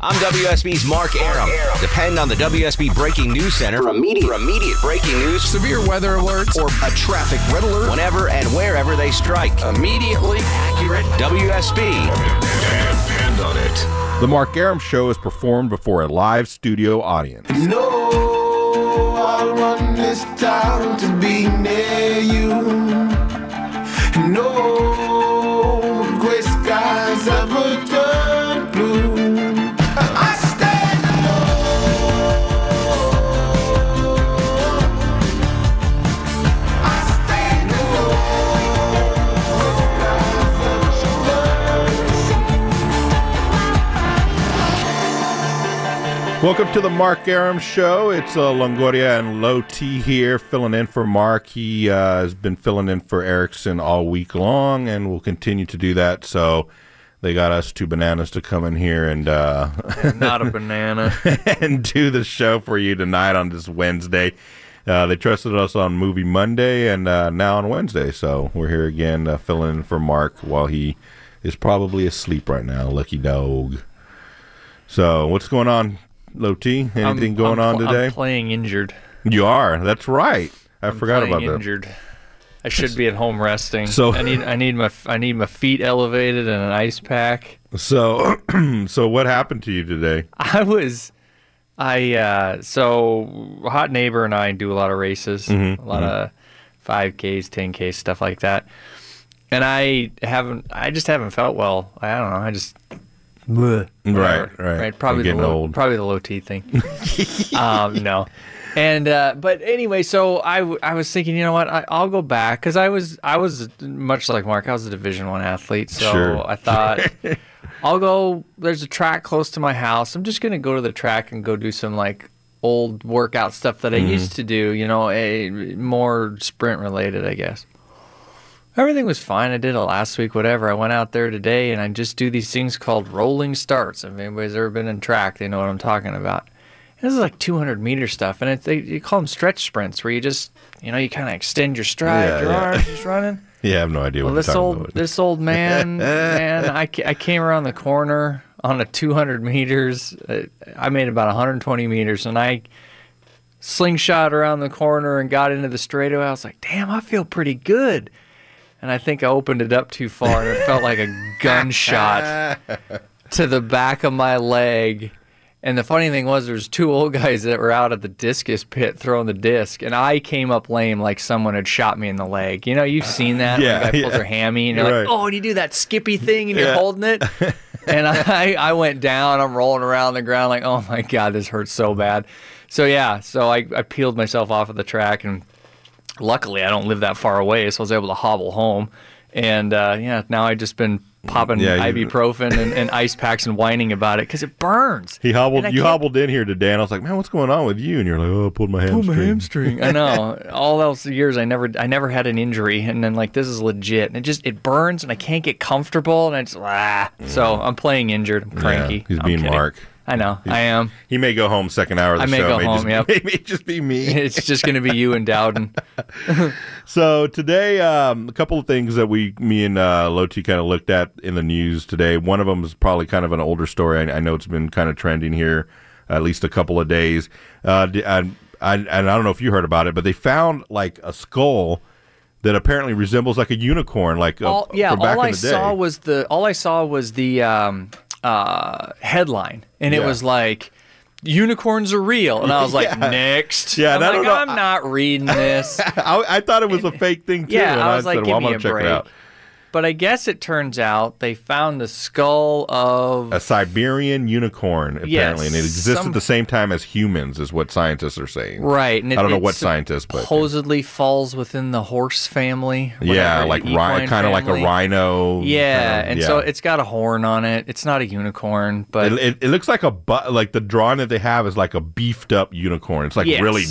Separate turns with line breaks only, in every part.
I'm WSB's Mark Aram. Depend on the WSB Breaking News Center for immediate, for immediate breaking news
Severe weather alerts
or
a traffic red alert.
whenever and wherever they strike.
Immediately accurate.
WSB.
Depend on it.
The Mark Aram Show is performed before a live studio audience.
No, I want this town to be near you. No gray skies ever turn blue. I stand alone. I stand
Welcome to the Mark Aram Show. It's uh, Longoria and Low T here filling in for Mark. He uh, has been filling in for Erickson all week long and will continue to do that. So they got us two bananas to come in here and uh,
Not a banana.
and do the show for you tonight on this Wednesday. Uh, they trusted us on Movie Monday and uh, now on Wednesday. So we're here again uh, filling in for Mark while he is probably asleep right now. Lucky dog. So what's going on, Low T?
I'm-
Anything going
I'm
on
pl-
today?
I'm playing injured.
you are. That's right. I
I'm
forgot
playing
about that.
injured. I should be at home resting.
So-
So I need I need my I need my feet elevated and an ice pack.
So, so what happened to you today?
I was I uh so hot neighbor and I do a lot of races,
Mm-hmm,
a lot of 5Ks, 10Ks, stuff like that. And I haven't I just haven't felt well. I don't know. I just Bleh. Whatever.
Right, right.
right. Probably
You're
the
getting
low,
old.
probably the low T thing. um, no, and uh, but anyway, so I, w- I was thinking, you know what, I, I'll go back because I was I was much like Mark, I was a Division One athlete, so
Sure.
I thought I'll go. There's a track close to my house. I'm just gonna go to the track and go do some like old workout stuff that I
Mm-hmm.
used to do. You know, a more sprint related, I guess. Everything was fine. I did it last week, whatever. I went out there today and I just do these things called rolling starts. If anybody's ever been in track, they know what I'm talking about. And this is like 200 meter stuff, and it, they you call them stretch sprints, where you just you know you kind of extend your stride,
Yeah,
your
yeah.
arms just running.
Yeah, I have no idea
Well,
what
this
you're talking
old
about.
this old man, man, I, ca- I came around the corner on a 200 meters. uh, I made about 120 meters, and I slingshot around the corner and got into the straightaway. I was like, damn, I feel pretty good. And I think I opened it up too far, and it felt like a gunshot to the back of my leg. And the funny thing was, there was two old guys that were out at the discus pit throwing the disc, and I came up lame like someone had shot me in the leg. You know, you've seen that. when
Yeah,
a guy pulls
yeah.
their hammy, and you're
Right.
like, oh, and you do that skippy thing, and you're
Yeah.
holding it. and I, I went down. I'm rolling around on the ground like, oh my god, this hurts so bad. So yeah, so I, I peeled myself off of the track, and luckily I don't live that far away, so I was able to hobble home. And uh, yeah, now I've just been popping
Yeah, you-
ibuprofen and, and ice packs and whining about it because it burns.
He
And I
hobbled. You
can't-
hobbled in here today, and I was like, "Man, what's going on with you?" And you're like, "Oh, I pulled my hamstring."
I know. All else the years I never I never had an injury and then like this is legit and it just it burns and I can't get comfortable and I just ah. So I'm playing injured. I'm cranky.
he's
I'm
being
kidding.
Mark.
I know. I am.
He may go home second hour of the
I may
show.
go
just,
home, yep.
Maybe just be me.
It's just gonna be you and Dowden.
so today, um, a couple of things that we, me and uh, Loti, kind of looked at in the news today. One of them is probably kind of an older story. I, I know it's been kind of trending here, at least a couple of days. Uh, d- I, I, and I don't know if you heard about it, but they found like a skull that apparently resembles like a unicorn, like uh,
all, yeah,
from back
all
in
I
the day.
saw was the all I saw was the um, uh, headline, and it
Yeah.
was like unicorns are real, and I was like, next. I'm
Yeah, and I
like,
don't know-
I'm not reading this.
I, I thought it was a fake thing too. and
yeah, I was like,
said,
give
well, I'm
me
gonna
a
check it
break.
out.
But I guess it turns out they found the skull of
A Siberian unicorn, apparently, and it exists
some-
at the same time as humans, is what scientists are saying.
right, and it,
I don't know
it
what scientist, but
supposedly falls within the horse family.
yeah,
whatever,
like
the equine
kind of like a
family.
rhino.
Yeah,
um,
and
yeah.
so it's got a horn on it. It's not a unicorn, but
It, it, it looks like a bu- like the drawing that they have is like a beefed up unicorn. It's like
Yes.
really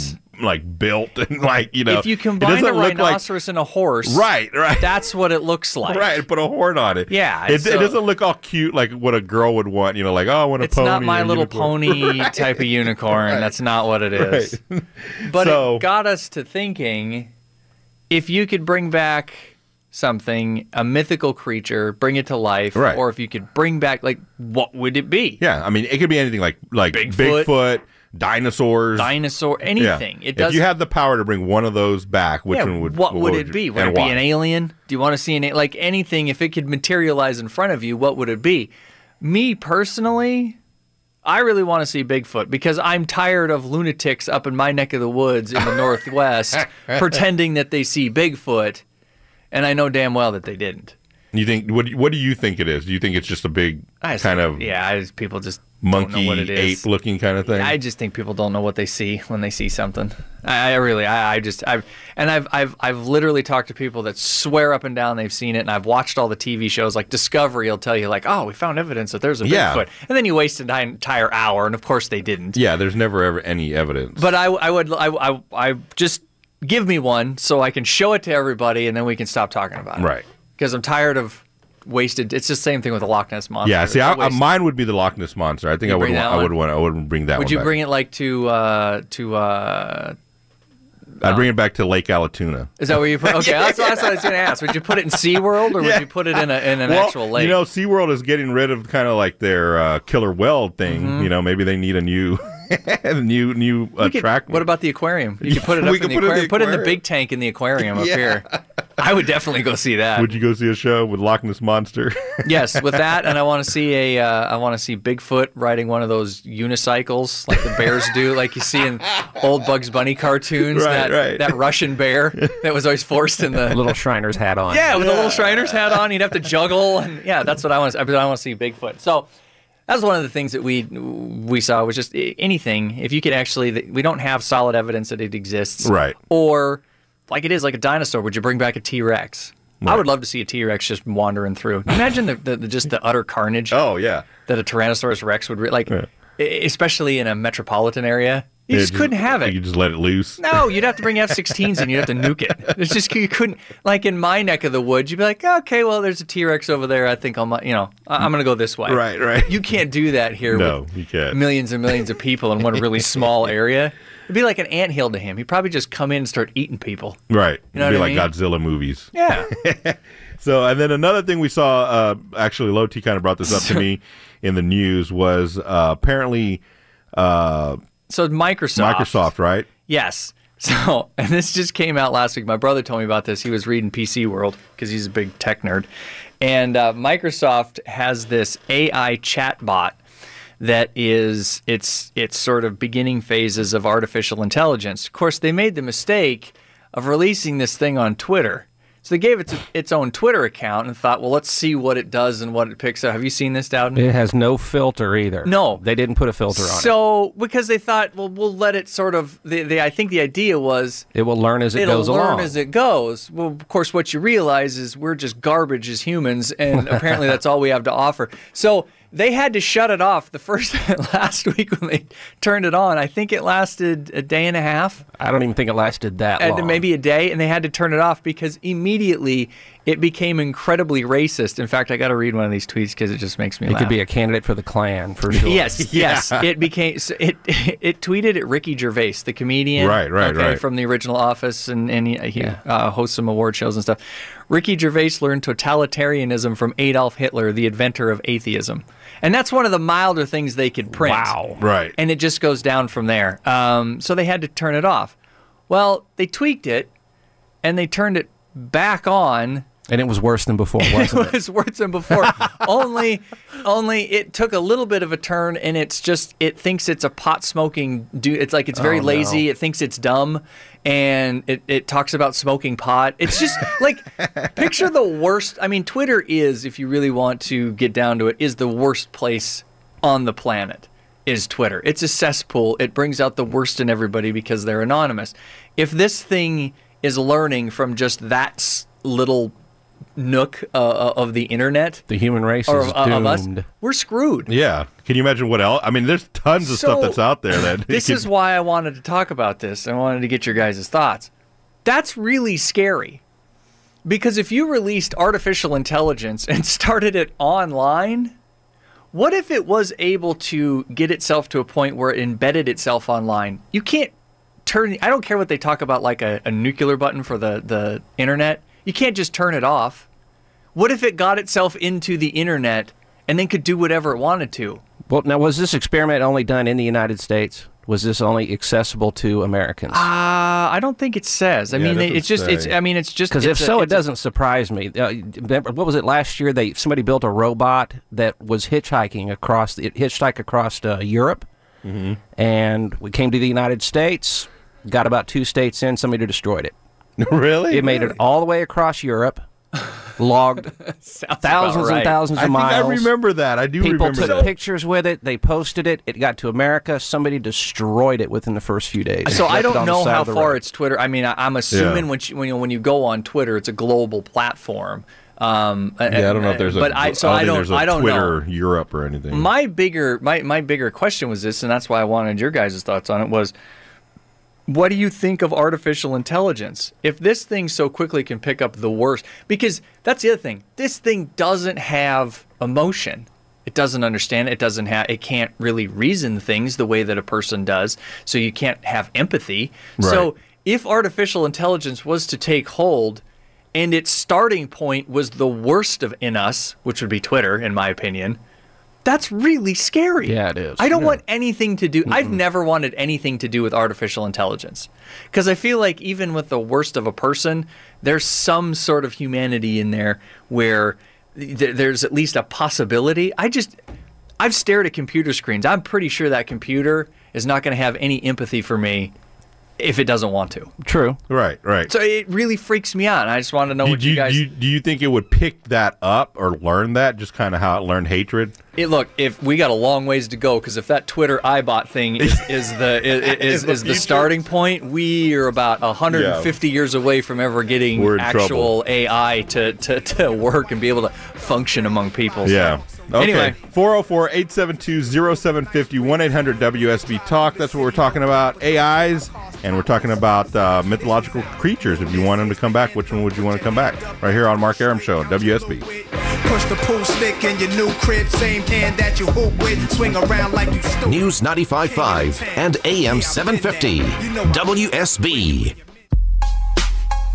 like built and like you know.
if you
it
combine
doesn't
a
look like-
rhinoceros and a horse,
right, right,
that's what it looks like.
right, put a horn on it.
Yeah,
it, it
so-
doesn't look all cute like what a girl would want. You know, like oh, I want a
It's
pony.
not my
or a
little
unicorn.
pony type of unicorn. That's not what it is. But
So-
it got us to thinking if you could bring back something, a mythical creature, bring it to life,
Right.
or if you could bring back, like, what would it be?
Yeah, I mean, it could be anything like like
Bigfoot.
Bigfoot, dinosaurs,
Dinosaur,
Yeah.
anything. It
If
does.
you had the power to bring one of those back, which
yeah,
one would
what would it
you-
be? Would
and
it be
why?
an alien? Do you want to see an a- like anything? If it could materialize in front of you, what would it be? Me personally, I really want to see Bigfoot because I'm tired of lunatics up in my neck of the woods in the northwest pretending that they see Bigfoot, and I know damn well that they didn't.
You think what? do you- What do you think it is? Do you think it's just a big
I just-
kind of
yeah, I just, people just don't know
monkey
what it is.
ape looking kind of thing?
I just think people don't know what they see when they see something. I, I really, I, I just, I've, and I've, I've, I've literally talked to people that swear up and down they've seen it, and I've watched all the TV shows like Discovery. will tell you like, oh, we found evidence that there's a
Yeah.
Bigfoot, and then you waste an entire hour, and of course they didn't.
yeah, there's never ever any evidence.
But I, I would, I, I, I just give me one so I can show it to everybody, and then we can stop talking about it.
Right.
Because I'm tired of wasted. It's the same thing with the Loch Ness monster.
yeah, see,
It's a
I, I-
waste.
mine would be the Loch Ness monster. I think I would.
bring that
Want, I would
one?
want. I would bring that.
Would
one
you
back.
bring it like to, uh, to, uh,
I'd bring it back to Lake Alatoona.
Is that where you put? Okay, that's, that's what I was going to ask. Would you put it in SeaWorld or
Yeah.
would you put it in, a, in an
well,
actual lake?
You know, SeaWorld is getting rid of kind of like their uh, killer whale thing. You know, maybe they need a new, a new, new
You
uh,
Mm-hmm. could-
track.
What about the aquarium? You could put it
We
up
could
in the
put it in
aquarium.
the
put it in the
aquarium.
big tank in the aquarium up
Yeah.
here. I would definitely go see that.
Would you go see a show with Loch Ness monster?
yes, with that, and I want to see a, uh, I want to see Bigfoot riding one of those unicycles like the bears do, like you see in old Bugs Bunny cartoons.
Right,
that
right.
that Russian bear that was always forced in the
Little Shriner's hat on.
Yeah, with a little Shriner's hat on, you'd have to juggle, and yeah, that's what I want. To, I want to see Bigfoot. So that's one of the things that we we saw was just i- anything. If you could actually, we don't have solid evidence that it exists,
Right.
Or like it is like a dinosaur. Would you bring back a T Rex? I would love to see a T Rex just wandering through. Imagine the, the, the just the utter carnage
oh yeah,
that a Tyrannosaurus Rex would re- like, e- especially in a metropolitan area. You
Yeah,
just couldn't have it.
You just let it loose.
No, you'd have to bring F-16s and you'd have to nuke it. It's just you couldn't like in my neck of the woods. You'd be like, okay, well, there's a T-Rex over there. I think I'm, you know, I- I'm gonna go this way.
Right, right.
You can't do that here.
No,
with
you can't.
Millions and millions of people in one really small area. It'd be like an anthill to him. He'd probably just come in and start eating people.
Right,
You know
it'd be
what I
like Godzilla movies.
Yeah.
So, and then another thing we saw, uh, actually, Low T kind of brought this up to me in the news was uh, apparently uh,
So Microsoft.
Microsoft, right?
Yes. So, and this just came out last week. My brother told me about this. He was reading PC World because he's a big tech nerd. And uh, Microsoft has this AI chatbot that is it's it's sort of beginning phases of artificial intelligence. Of course, they made the mistake of releasing this thing on Twitter. So they gave it its own Twitter account and thought, well, let's see what it does and what it picks up. Have you seen this, Dowden?
It has no filter either.
No.
They didn't put a filter on it.
So because they thought, well, we'll let it sort of. The, the I think the idea was
It will learn as it
it'll
goes
learn
along.
as it goes. Well, of course, what you realize is we're just garbage as humans, and apparently that's all we have to offer. So they had to shut it off the first last week when they turned it on. I think it lasted a day and a half,
I don't even think it lasted that
and
long.
maybe a day, and they had to turn it off because immediately it became incredibly racist. In fact, I got to read one of these tweets because it just makes me.
it
laugh.
could be a candidate for the Klan for sure.
Yes, yes. It became so it. It tweeted at Ricky Gervais, the comedian,
Right, right,
okay,
right.
from the original Office, and and he, he uh, hosts some award shows and stuff. Ricky Gervais learned totalitarianism from Adolf Hitler, the inventor of atheism, and that's one of the milder things they could print.
Wow.
Right.
And it just goes down from there. Um, so they had to turn it off. Well, they tweaked it, and they turned it back on
And it was worse than before, wasn't
it
it?
was worse than before. only, only it took a little bit of a turn, and it's just it thinks it's a pot smoking dude. It's like it's very
Oh, no.
lazy. It thinks it's dumb, and it it talks about smoking pot. It's just like picture the worst. I mean, Twitter is, if you really want to get down to it, is the worst place on the planet. Is Twitter? It's a cesspool. It brings out the worst in everybody because they're anonymous. If this thing is learning from just that s- little nook uh, of the internet
The human race
or
is
of, uh, of us,
doomed.
we're screwed.
Yeah. Can you imagine what else? I mean, there's tons of
So,
stuff that's out there that
This
could-
is why I wanted to talk about this. I wanted to get your guys' thoughts. That's really scary. Because if you released artificial intelligence and started it online, what if it was able to get itself to a point where it embedded itself online? You can't turn I don't care what they talk about like a, a nuclear button for the, the internet. You can't just turn it off. What if it got itself into the internet and then could do whatever it wanted to?
Well, now was this experiment only done in the United States? Was this only accessible to Americans?
Uh, I don't think it says. I
Yeah, it
mean,
doesn't
it's just it's.
say.
I mean, it's just
Because if
it's a-
so, it
it's a-
doesn't surprise me. Uh, remember- what was it last year? They somebody built a robot that was hitchhiking across it hitchhiked across uh, Europe,
Mm-hmm.
and we came to the United States. Got about two states in, somebody destroyed it.
really?
It made it all the way across Europe, logged
Sounds about
thousands
right.
and thousands
I
of
think
miles.
I remember that. I do
People
remember
took
that.
pictures with it. They posted it. It got to America. Somebody destroyed it within the first few days.
So I
Left it
don't
on the
know
side
how
of the
far
road.
it's Twitter. I mean, I, I'm assuming when, you, when you when you go on Twitter, it's a global platform. Um,
Yeah, I don't know if there's a.
but I so I
think
don't
there's a
I don't
Twitter
know.
Europe or anything.
My bigger my my bigger question was this, and that's why I wanted your guys' thoughts on it. Was what do you think of artificial intelligence? If this thing so quickly can pick up the worst, because that's the other thing. This thing doesn't have emotion. It doesn't understand. It doesn't have. It can't really reason things the way that a person does. So you can't have empathy. So
Right.
if artificial intelligence was to take hold, and its starting point was the worst of in us, which would be Twitter, in my opinion, that's really scary.
Yeah, it is.
I don't want anything to do. I've never wanted anything to do with artificial intelligence because I feel like even with the worst of a person, there's some sort of humanity in there where th- there's at least a possibility. I just, I've stared at computer screens. I'm pretty sure that computer is not going to have any empathy for me if it doesn't want to.
true.
right, right.
So it really freaks me out. and I just want to know what
do
you,
you,
guys
do you do you think it would pick that up or learn that just kind of how it learned hatred?
It, look, if we got a long ways to go, because if that Twitter iBot thing is, is the i- i- is, is,
the
the
future.
starting point, we are about 150 years away from ever getting
We're in
actual
trouble.
AI to, to, to work and be able to function among people.
Yeah.
So,
Okay.
Anyway,
404 872 0750 1 800 WSB Talk. That's what we're talking about. AIs, and we're talking about uh, mythological creatures. If you want them to come back, which one would you want to come back? Right here on Mark Aram Show, WSB.
Push the pool stick in your new crib, same hand that you hoop with. Swing around like you stupid.
News 95.5 and AM 750. WSB.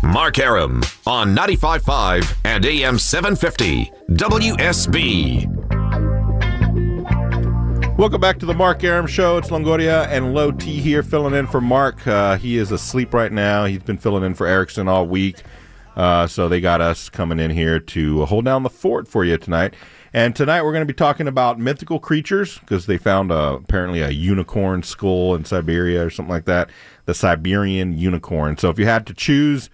Mark Aram on 95.5 and AM 750. WSB.
Welcome back to the Mark Aram Show. It's Longoria and Low T here filling in for Mark. Uh, he is asleep right now. He's been filling in for Erickson all week. Uh, so they got us coming in here to hold down the fort for you tonight. And tonight we're going to be talking about mythical creatures because they found uh, apparently a unicorn skull in Siberia or something like that. The Siberian unicorn. So if you had to choose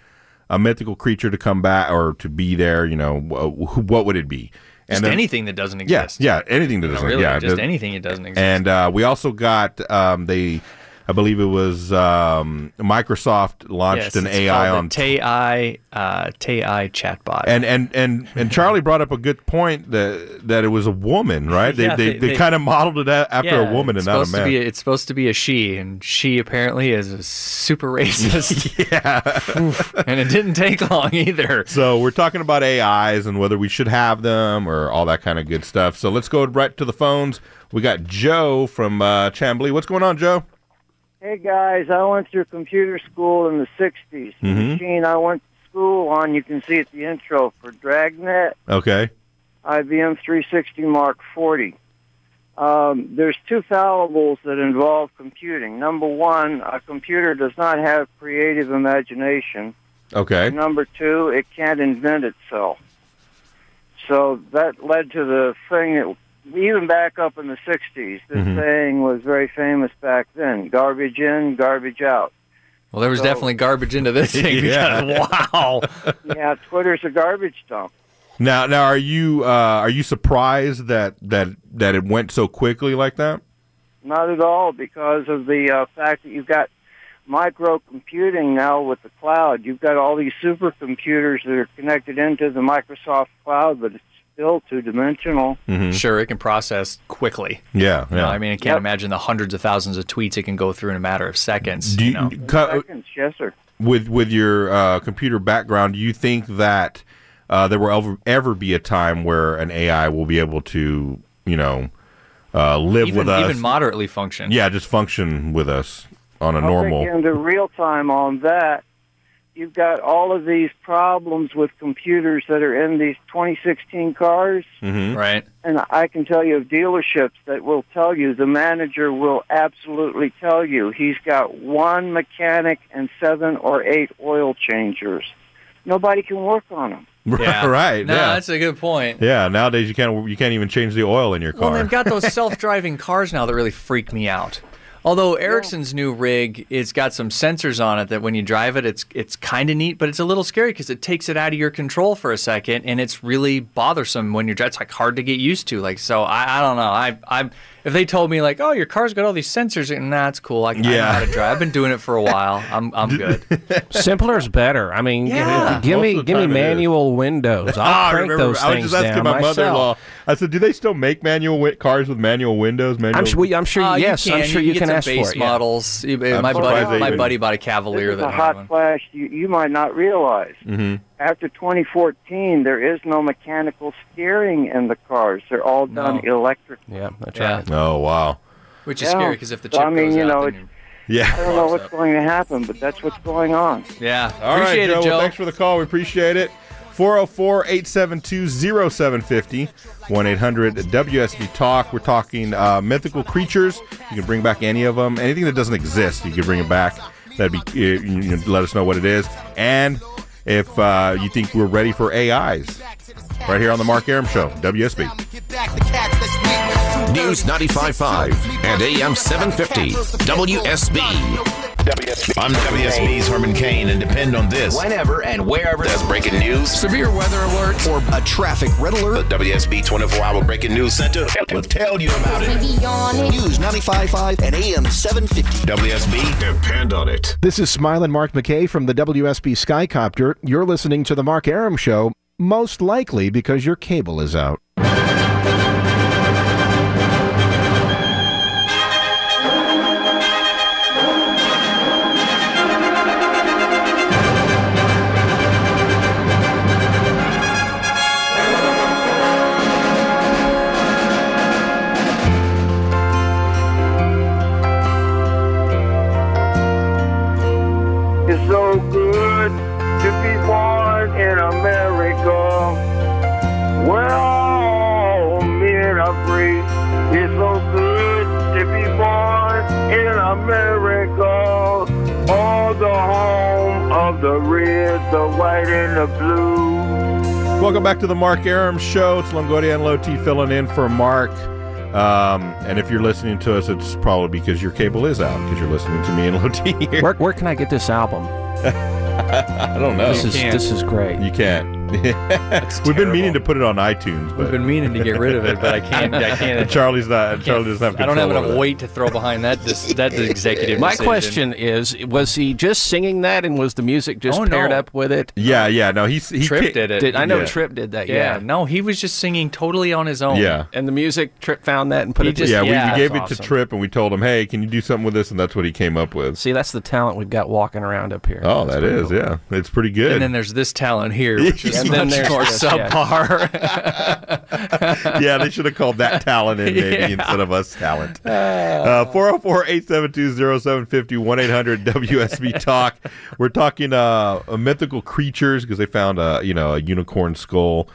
a mythical creature to come back or to be there, you know, wh- wh- what would it be?
just
then-
anything that doesn't
Yeah,
exist.
yeah, anything that
Not
doesn't.
really,
yeah,
just
does-
anything that doesn't exist.
and uh, we also got um, they, I believe it was um, Microsoft launched
Yes,
an
it's
AI
called
on.
the TAI uh, TAI chatbot.
and, and and and Charlie brought up a good point that that it was a woman, right? They
Yeah,
they,
they-
they,
they-
kind of modeled it a- after
Yeah,
a woman and
it's
not a
supposed to
man.
be it's supposed to be a she, and she apparently is a super racist. yeah, and it didn't take long either.
so we're talking about AIs and whether we should have them or all that kind of good stuff. So let's go right to the phones. We got Joe from uh, Chambly. What's going on, Joe?
Hey guys, I went through computer school in the 60s. The machine I went to school on, you can see at the intro for Dragnet,
Okay.
IBM 360 Mark 40. Um, there's two fallibles that involve computing. Number one, a computer does not have creative imagination.
Okay.
Number two, it can't invent itself. So that led to the thing that, even back up in the 60s, this saying was very famous back then garbage in, garbage out.
Well, there was
So-
definitely garbage into this thing.
Yeah.
because, wow.
yeah, Twitter's a garbage dump.
Now now are you uh, are you surprised that that that it went so quickly like that?
Not at all because of the uh, fact that you've got microcomputing now with the cloud. You've got all these supercomputers that are connected into the Microsoft cloud, but it's still two dimensional.
Mm-hmm. Sure, it can process quickly.
Yeah, Mm-hmm. yeah.
You know, I mean, I can't
Yep.
imagine the hundreds of thousands of tweets it can go through in a matter of seconds.
do
you
you,
know?
cu-
Seconds, yes, sir.
with with your uh, computer background, do you think that uh, there will ever, ever be a time where an AI will be able to, you know, uh, live
even,
with us?
even moderately function.
yeah, just function with us on a
I'll take
normal.
you into real time on that. you've got all of these problems with computers that are in these 2016 cars.
Right.
And I can tell you of dealerships that will tell you, the manager will absolutely tell you, he's got one mechanic and seven or eight oil changers. Nobody can work on them.
right.
No,
yeah.
that's a good point.
yeah. Nowadays you can't you can't even change the oil in your car.
Well, they've got those self-driving cars now that really freak me out. Although Ericsson's new rig, it's got some sensors on it that when you drive it, it's it's kind of neat, but it's a little scary because it takes it out of your control for a second, and it's really bothersome when you're driving. It's like hard to get used to. Like so, I, I don't know. I I if they told me like, oh, your car's got all these sensors, and nah, it's cool. I, I know
Yeah.
how to drive. I've been doing it for a while. I'm I'm good.
Simpler is better. I mean,
Yeah.
give
Most
me
of the
give me
time it is.
manual windows.
Ah,
I'll
I
crank
remember.
those
I was
things
just asking
down
my
myself.
mother-in-law. I said, "Do they still make manual wi- cars with manual windows?" Manual.
I'm sure. I'm sure.
Uh,
yes,
you can.
I'm sure you,
get
can
some
ask for
base
it. yeah.
models. You- uh, My
surprised
buddy,
they
my
even-
buddy bought a
This
Cavalier
is
that
a
had
hot
one.
flash you, you might not realize. After 2014, there is no mechanical steering in the cars. They're all done electric.
Yeah, that's
Yeah.
right.
Oh wow.
Which is
Yeah.
scary because if the
So,
chip
I mean,
goes
you
out,
know,
then
it-
you're-
I
Yeah.
don't know what's going to happen, but that's what's going on.
yeah.
All right,
Appreciate
Joe.
it,
Well,
Joe.
thanks for the call. We appreciate it. 404 872 0750 1 800 WSB Talk. We're talking uh, mythical creatures. You can bring back any of them. Anything that doesn't exist, you can bring it back. That'd be, you, you let us know what it is. And if uh, you think we're ready for AIs, right here on The Mark Aram Show, WSB.
News 95.5 and AM 750 WSB.
I'm WSB's Herman Kane, and depend on this.
Whenever and wherever
That's breaking news.
severe weather alert or a traffic red
The
alert,
WSB 24 Hour Breaking News Center will tell you about it.
News 95.5 and AM 750.
WSB,
Depend on it.
This is Smilin' Mark McKay from the WSB Skycopter. You're listening to The Mark Aram Show, most likely because your cable is out.
It's so good to be born in America. Where all men are free. It's so good to be born in America. All the home of the red, the white, and the blue.
Welcome back to the Mark Aram Show. It's Longoria and Low T filling in for Mark. Um, and if you're listening to us, it's probably because your cable is out because you're listening to me and Low T here.
Where, where can I get this album?
Oh,
I don't know.
This is this is great.
You can't. We've been meaning to put it on iTunes,
We've
but
been meaning to get rid of it, but I can't. I can't.
Charlie's not. Charlie doesn't have.
I don't have
control
enough
over
weight to throw behind that. This, that executive.
My
decision.
question is: Was he just singing that, and was the music just
Oh, no.
paired up with it?
that. Yeah, yeah. No, he's he
Tripped
kicked-
did it.
Did I know
Yeah.
Trip did that?
yeah.
Yeah.
No, he was just singing totally on his own.
Yeah.
And the music Trip found that and put
He
it.
just-
Yeah, we,
Yeah,
we gave it
that's
to
awesome.
Trip, and we told him, "Hey, can you do something with this?" And that's what he came up with.
See, that's the talent we've got walking around up here.
Oh,
That's
that
pretty
is.
cool.
Yeah, it's pretty good.
And then there's this talent here, which is
And then
much
there's
more
this, yeah.
subpar.
yeah, they should have called that talent in maybe instead of us talent. Uh, 404 872 0750 1 800 WSB Talk. We're talking uh, uh, mythical creatures because they found a, you know, a unicorn skull.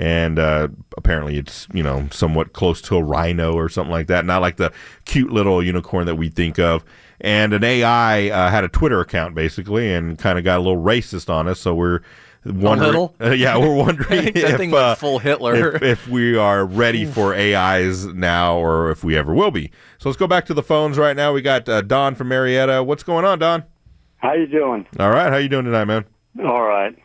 And uh, apparently, it's you know somewhat close to a rhino or something like that. Not like the cute little unicorn that we think of. And an AI uh, had a Twitter account basically, and kind of got a little racist on us. So we're wondering,
little?
yeah, we're wondering
That
if uh,
thing went full Hitler.
if, if we are ready for AIs now or if we ever will be. So let's go back to the phones right now. We got uh, Don from Marietta. What's going on, Don?
How you doing?
All right, how you doing tonight, man?
All right.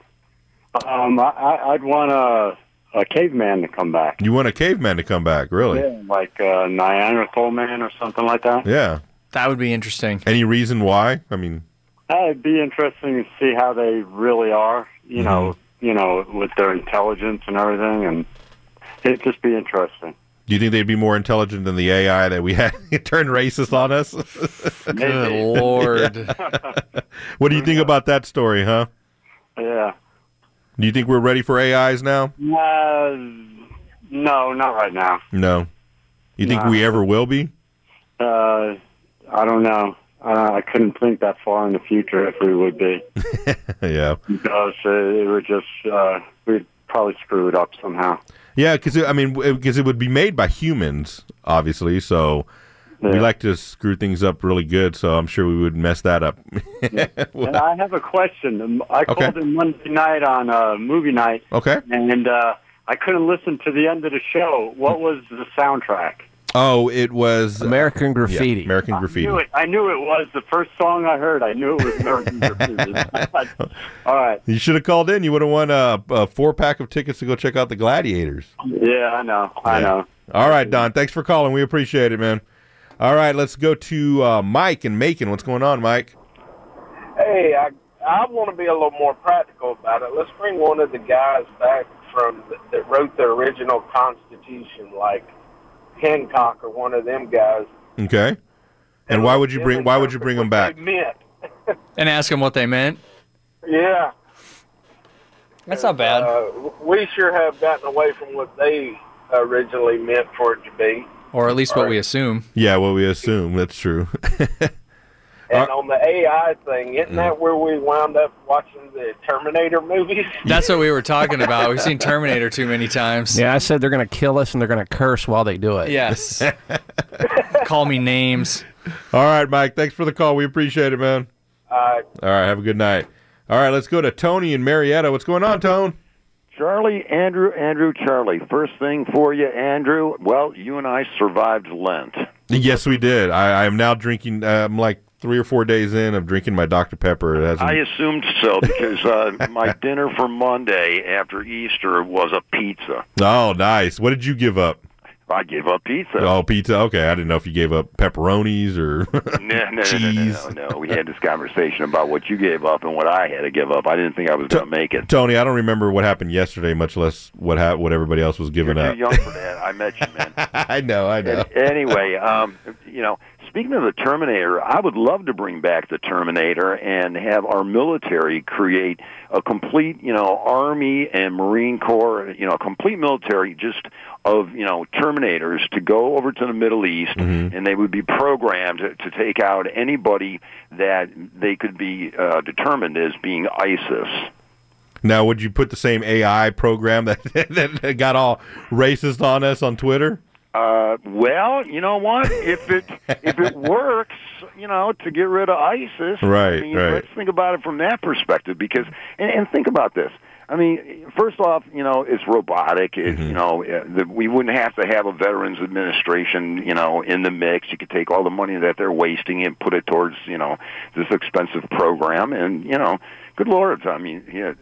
Um, I- I, I'd want a, a caveman to come back,
You want a caveman to come back, really? Yeah.
like a Neanderthal man or something like that.
that would be interesting.
Any reason why? I mean,
Uh, it'd be interesting to see how they really are. You know,
Mm-hmm.
you know, with their intelligence and everything, and it'd just be interesting.
do you think they'd be more intelligent than the AI that we had It turned racist on us?
Good lord.
what do you think about that story, huh?
Yeah.
Do you think we're ready for AIs now?
Uh, no, not right now.
No. You think we ever will be?
Uh, I don't know. Uh, I couldn't think that far in the future if we would be.
yeah.
Because uh, it would just, uh, we'd probably screw it up somehow.
Yeah, because I mean, because it would be made by humans, obviously. So we like to screw things up really good. So I'm sure we would mess that up.
And I have a question. Um, I
Okay.
called in Monday night on uh, movie night,
okay.
and uh, I couldn't listen to the end of the show. What was the soundtrack?
Oh, it was American
Graffiti.
American
I
Graffiti.
knew it. I knew it was the first song I heard. I knew it was American Graffiti. All right.
You should have called in. You would have won a, a four pack of tickets to go check out the Gladiators.
Yeah, I know. I
Yeah.
know.
All right, Don. Thanks for calling. We appreciate it, man. All right, let's go to uh, Mike in Macon. What's going on, Mike?
Hey, I I want to be a little more practical about it. Let's bring one of the guys back from th- that wrote the original Constitution, like Hancock or one of them guys.
Okay. And why would you bring why would you bring him back?
They meant,
and ask them what they meant.
yeah.
That's not bad.
Uh, w- we sure have gotten away from what they originally meant for it to be.
Or at least what we assume.
Yeah, well, we assume that's true.
And on the AI thing, isn't that where we wound up watching the Terminator movies?
That's what we were talking about. We've seen Terminator too many times.
Yeah, I said they're going to kill us and they're going to curse while they do it.
Yes. Call me names.
All right, Mike. Thanks for the call. We appreciate it, man.
All right.
All right. Have a good night. All right. Let's go to Tony and Marietta. What's going on, Tone?
Charlie, Andrew, Andrew, Charlie. First thing for you, Andrew. Well, you and I survived Lent.
Yes, we did. I, I am now drinking. Uh, I'm like three or four days in of drinking my Dr Pepper. It hasn't.
uh,
I assumed so because uh, my dinner for Monday after Easter was a pizza.
oh, nice. What did you give up?
I gave up pizza.
Oh, pizza. Okay, I didn't know if you gave up pepperonis or
No, no, no, no,
cheese.
no, no, no. We had this conversation about what you gave up and what I had to give up. I didn't think I was going to make it.
Tony, I don't remember what happened yesterday, much less what ha- what everybody else was giving
You're
up.
too young for that. I met you, man.
I know, I know.
And anyway, um, you know, speaking of the Terminator, I would love to bring back the Terminator and have our military create a complete, you know, Army and Marine Corps, you know, complete military just of, you know, Terminators to go over to the Middle East
Mm-hmm.
and they would be programmed to, to take out anybody that they could be uh, determined as being ISIS.
Now, would you put the same AI program that that got all racist on us on Twitter?
Uh, well, you know what? If it if it works, you know, to get rid of ISIS,
Right,
I mean,
right.
Let's think about it from that perspective, because and, and think about this. I mean, first off, you know, it's robotic. It's you know, uh, the, we wouldn't have to have a Veterans Administration, you know, in the mix. You could take all the money that they're wasting and put it towards you know this expensive program, and you know, good lord, I mean, yeah.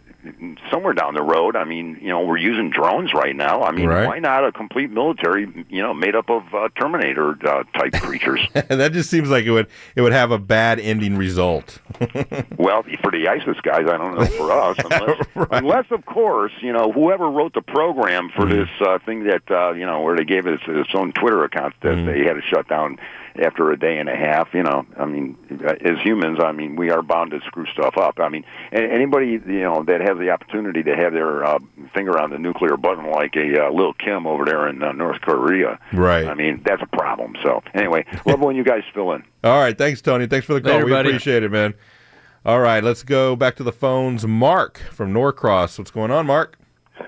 Somewhere down the road, I mean, you know, we're using drones right now. I mean,
Right.
why not a complete military, you know, made up of uh, Terminator uh, type creatures?
that just seems like it would it would have a bad ending result.
well, for the ISIS guys, I don't know for us, unless, unless of course, you know, whoever wrote the program for this uh, thing that uh, you know, where they gave it its, its own Twitter account that they had to shut down after a day and a half. You know, I mean, uh, as humans, I mean, we are bound to screw stuff up. I mean, a- anybody you know that has the opportunity to have their uh, finger on the nuclear button, like a uh, little Kim over there in uh, North Korea,
Right.
I mean, that's a problem. So anyway, love when you guys fill in.
All right, thanks, Tony. Thanks for the call.
Later,
we
buddy.
appreciate it, man. All right, let's go back to the phones. Mark from Norcross. What's going on, Mark?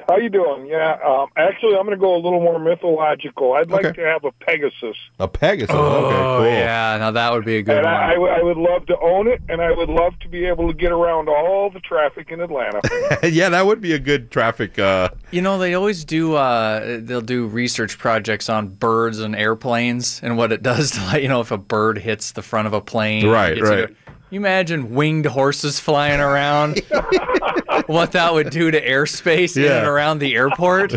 How you doing? Yeah, um, actually, I'm going to go a little more mythological. I'd like
Okay.
to have a Pegasus,
A Pegasus.
Oh,
okay, cool.
yeah. Now that would be a good
and
one.
I, I, w- I would love to own it, and I would love to be able to get around all the traffic in Atlanta.
yeah, that would be a good traffic. Uh,
You know, they always do. Uh, they'll do research projects on birds and airplanes and what it does to, like, you know, if a bird hits the front of a plane.
Right,
it gets
right.
into- you imagine winged horses flying around. what that would do to airspace in and
Yeah.
around the airport.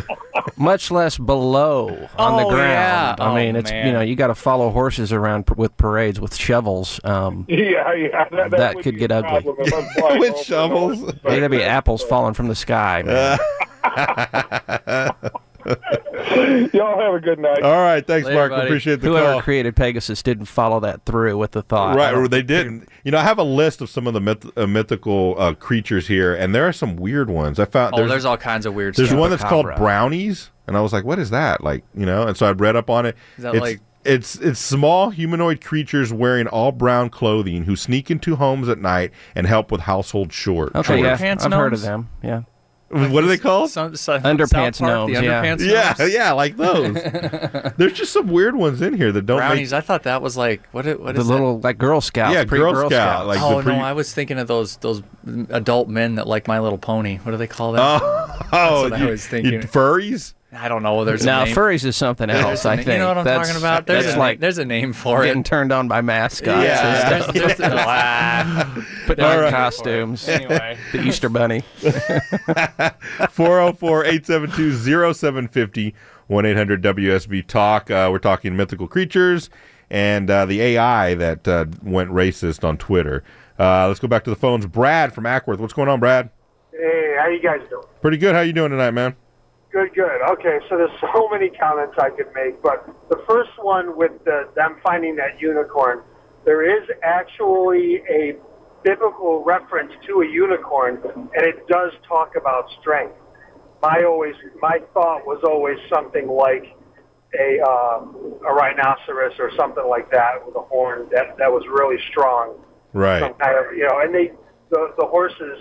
Much less below on the
Oh,
ground.
yeah.
I
Oh,
mean, it's
man.
you know you got to follow horses around p- with parades with shovels. Um,
yeah, yeah, that, that,
That
would
could
be
get
a
ugly.
problem if I'm flying over and over.
They'd be apples falling from the sky.
Uh,
Man.
Y'all have a good night.
All right, thanks, Mark. We
buddy.
Appreciate the
Whoever
oh.
call.
created Pegasus didn't follow that through with the thought. I
Right,
don't
or they
think-
didn't. You know, I have a list of some of the myth- uh, mythical uh, creatures here, and there are some weird ones. I found
Oh, there's all kinds of weird
There's
stuff.
one that's called
Chupacabra.
brownies, and I was like, "What is that?" Like, you know. And so I read up on it.
Is that
It's-
like
It's it's small humanoid creatures wearing all brown clothing who sneak into homes at night and help with household chores.
Okay, yeah, I've heard of them. Yeah.
What are they called?
Underpants gnomes. yeah.
yeah, yeah, like those. There's just some weird ones in here that don't
brownies. I thought that was like what? it- What
the
is that?
little like Girl Scouts.
Yeah,
pre-
Girl Scout, like the
oh
pre-
no, I was thinking of those those adult men that like My Little Pony. What do they call that?
Oh,
That's what
you-
I was thinking.
you- furries.
I don't know. There's
now
a name.
furries is something
There's
else.
a
I
na-
think
You know what I'm
That's-
talking about? There's
that's
a,
like
there's a name for
getting
it.
turned on by mascots.
Yeah.
and stuff.
There's- there's- ah.
Putting
All
on
right.
costumes.
Anyway.
the Easter Bunny.
404-872-0750 1-800-WSB Talk. Uh, we're talking mythical creatures and uh, the AI that uh, went racist on Twitter. Uh, let's go back to the phones. Brad from Ackworth. What's going on, Brad?
Hey, how you guys doing?
Pretty good. How you doing tonight, man?
Good, good. Okay, so there's so many comments I could make, but the first one with the, them finding that unicorn, there is actually a biblical reference to a unicorn, and it does talk about strength. My always, my thought was always something like a uh, a rhinoceros or something like that with a horn that that was really strong.
Right.
some kind of you know, and they the the horses,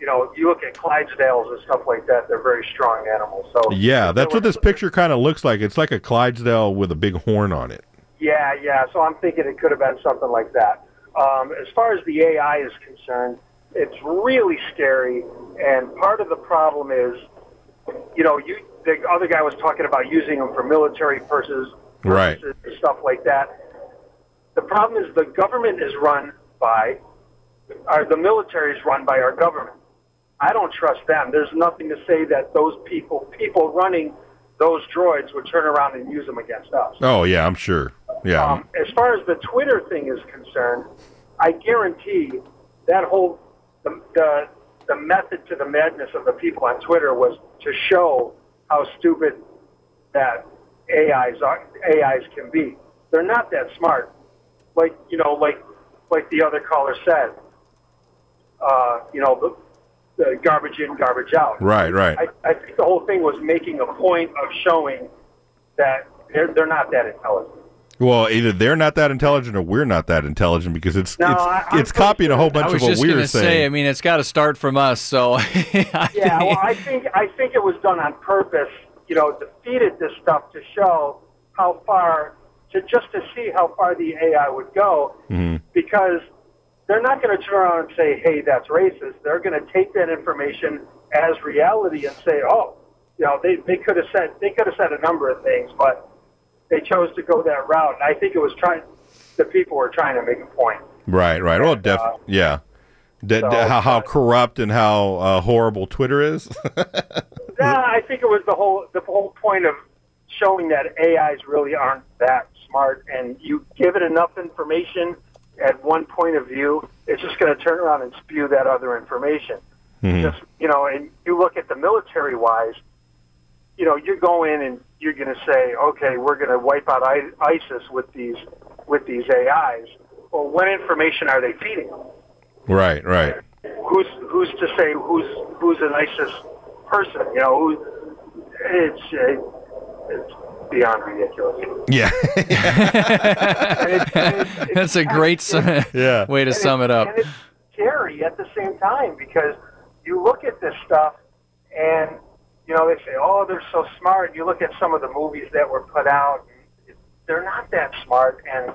you know, you look at Clydesdales and stuff like that, they're very strong animals. So
Yeah, that's what this picture kind of looks like. It's like a Clydesdale with a big horn on it.
yeah, yeah. So I'm thinking it could have been something like that. Um, as far as the AI is concerned, it's really scary, and part of the problem is, you know, you the other guy was talking about using them for military purposes,
Right.
and stuff like that. The problem is the government is run by, or the military is run by our government. I don't trust them. There's nothing to say that those people, people running those droids, would turn around and use them against us.
Oh, yeah, I'm sure. Yeah.
Um, as far as the Twitter thing is concerned, I guarantee that whole the, the the method to the madness of the people on Twitter was to show how stupid that AIs are, AIs can be. They're not that smart. Like you know, like like the other caller said, uh, you know, the, the garbage in, garbage out.
Right, right.
I, I think the whole thing was making a point of showing that they're they're not that intelligent.
Well, either they're not that intelligent or we're not that intelligent because it's
No,
it's,
I- I'm
it's copying a whole bunch
I
of
was
what
just
we
gonna
were
say. I
saying.
mean, it's got to start from us. So
yeah, well, I think I think it was done on purpose. You know, to feed it this stuff to show how far to just to see how far the AI would go, because they're not going to turn around and say, "Hey, that's racist." They're going to take that information as reality and say, "Oh, you know, they they could have said they could have said a number of things, but they chose to go that route." And I think it was trying. The people were trying to make a point.
Right, right. Well, def- yeah. D- d- how, how corrupt and how uh, horrible Twitter is.
Yeah, I think it was the whole the whole point of showing that AIs really aren't that smart, and you give it enough information at one point of view, it's just going to turn around and spew that other information. Just you know, and you look at the military wise, you know, you go in and you're going to say, okay, we're going to wipe out I- ISIS with these with these AIs. Well, what information are they feeding? them?
right, right.
who's who's to say who's who's an ISIS person? You know, who, it's uh, it's beyond ridiculous.
Yeah.
That's a great sum-
yeah.
way to sum it up.
And it's scary at the same time because you look at this stuff and you know they say, oh, they're so smart. You look at some of the movies that were put out; they're not that smart. And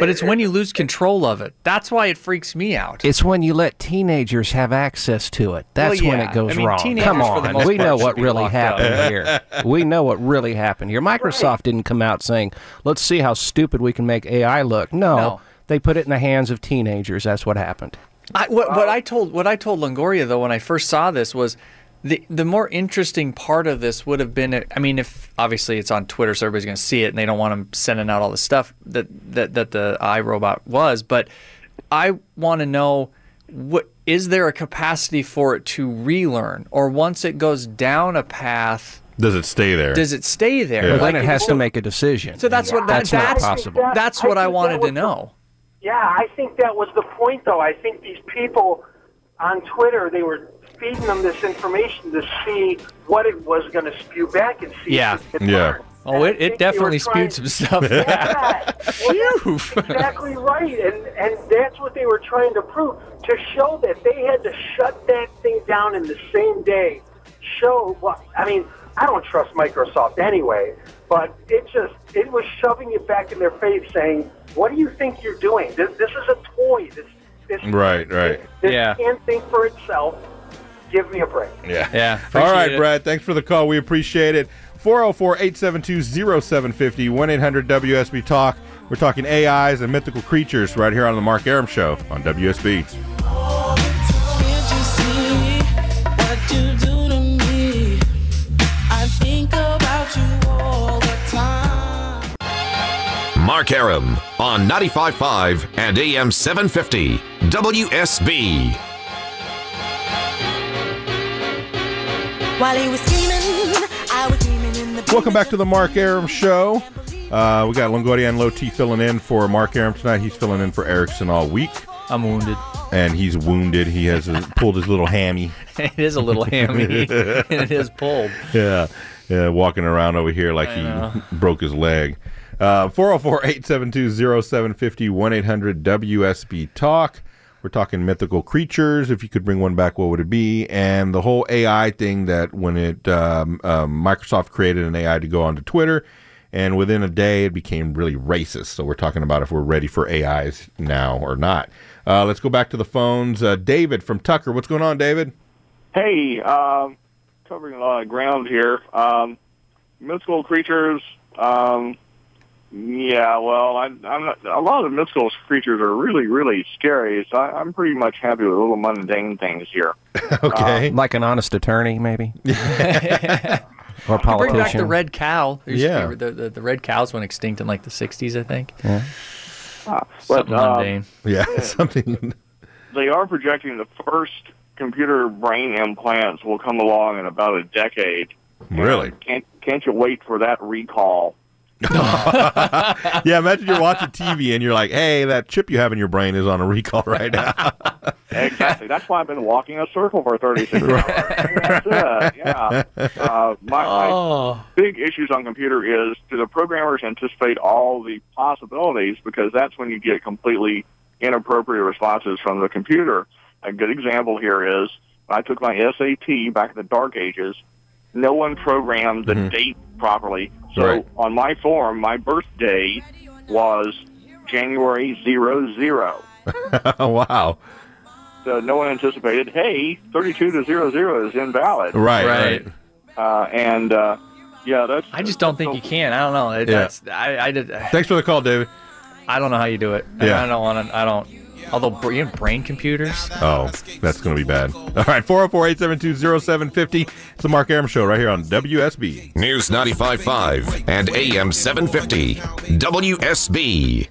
But it's when you lose control of it. That's why it freaks me out.
It's when you let teenagers have access to it. That's
Well,
when
yeah.
it goes
I mean,
wrong.
teenagers
Come
for the
on,
most
we
part
know
should
what
be
really
locked up.
happened here. We know what really happened here. Microsoft didn't come out saying, "Let's see how stupid we can make AI look." No,
No.
they put it in the hands of teenagers. That's what happened.
I, what, what I told what I told Longoria though when I first saw this was the the more interesting part of this would have been I mean if obviously it's on Twitter so everybody's going to see it and they don't want them sending out all the stuff that that that the iRobot was but I want to know what is there a capacity for it to relearn or once it goes down a path
Does it stay there?
does it stay there
Well, then
Like,
it has
well,
to make a decision.
so that's what that,
that's,
that's
not possible.
that's what I wanted to
was
know
Yeah, I think that was the point, though. I think these people on Twitter they were feeding them this information to see what it was going to spew back and see.
yeah
Yeah.
Oh, it,
think
it
they were
definitely
trying-
spewed some stuff.
Yeah.
Phew.
exactly right, and and that's what they were trying to prove to show that they had to shut that thing down in the same day. Show what I mean. I don't trust Microsoft anyway, but it just it was shoving it back in their face, saying, "What do you think you're doing? This, this is a toy. This this
Right, right.
this can't think for itself. Give me a break."
Yeah.
Yeah.
All right,
appreciate it.
Brad. Thanks for the call. We appreciate it. 404 872 0750 1 800 WSB Talk. We're talking AIs and mythical creatures right here on The Mark Aram Show on WSB.
Can't you see what you do to me? I think about you all the time.
Mark Aram on 95.5 and AM 750 WSB.
While he was scheming, I was scheming in the
Welcome back to The Mark Aram Show. Uh, we got Longoria and Low T filling in for Mark Aram tonight. He's filling in for Erickson all week.
I'm wounded.
And he's wounded. He has his, pulled his little hammy.
it is a little hammy, and it is pulled.
yeah, yeah, walking around over here like
I
he
know.
broke his leg. Uh, 404 872 0750 800 WSB Talk. We're talking mythical creatures. If you could bring one back, what would it be? And the whole AI thing that when it um, um, Microsoft created an AI to go onto Twitter, and within a day it became really racist. So we're talking about if we're ready for AIs now or not. Uh, let's go back to the phones. Uh, David from Tucker. What's going on, David?
Hey, um, covering a lot of ground here. Um, mythical creatures. Um, yeah, well, I, I'm not, a lot of mythical creatures are really, really scary. So I, I'm pretty much happy with little mundane things here.
okay.
like an honest attorney, maybe. or politician.
Bring back the red cow. There used to
Yeah.
be- the, the, the red cows went extinct in like the 60s, I think.
Yeah.
Uh, Something
But, um,
mundane.
Yeah, something.
They are projecting the first computer brain implants will come along in about a decade.
Really?
Can't can't you wait for that recall?
yeah, imagine you're watching TV and you're like, hey, that chip you have in your brain is on a recall right now.
Exactly. That's why I've been walking a circle for 36 hours. That's it. Yeah. Uh, my,
my
big issues on computer is do the programmers anticipate all the possibilities because that's when you get completely inappropriate responses from the computer. A good example here is I took my SAT back in the dark ages. No one programmed the
Mhm.
date properly. So
Right.
on my form, my birthday was January zero zero.
wow.
So no one anticipated, hey, 32 to 00 is invalid.
Right, Right.
Uh, and, uh, yeah, that's.
I just don't think you can. I don't know. It-
Yeah.
That's, I, I did.
Thanks for the call, David.
I don't know how you do it.
Yeah.
I don't want to. I don't. Although br- you know, brain computers.
Oh, that's going to be bad. All right, 404 872 0750. It's the Mark Aram Show right here on WSB.
News 95.5 and AM 750 WSB.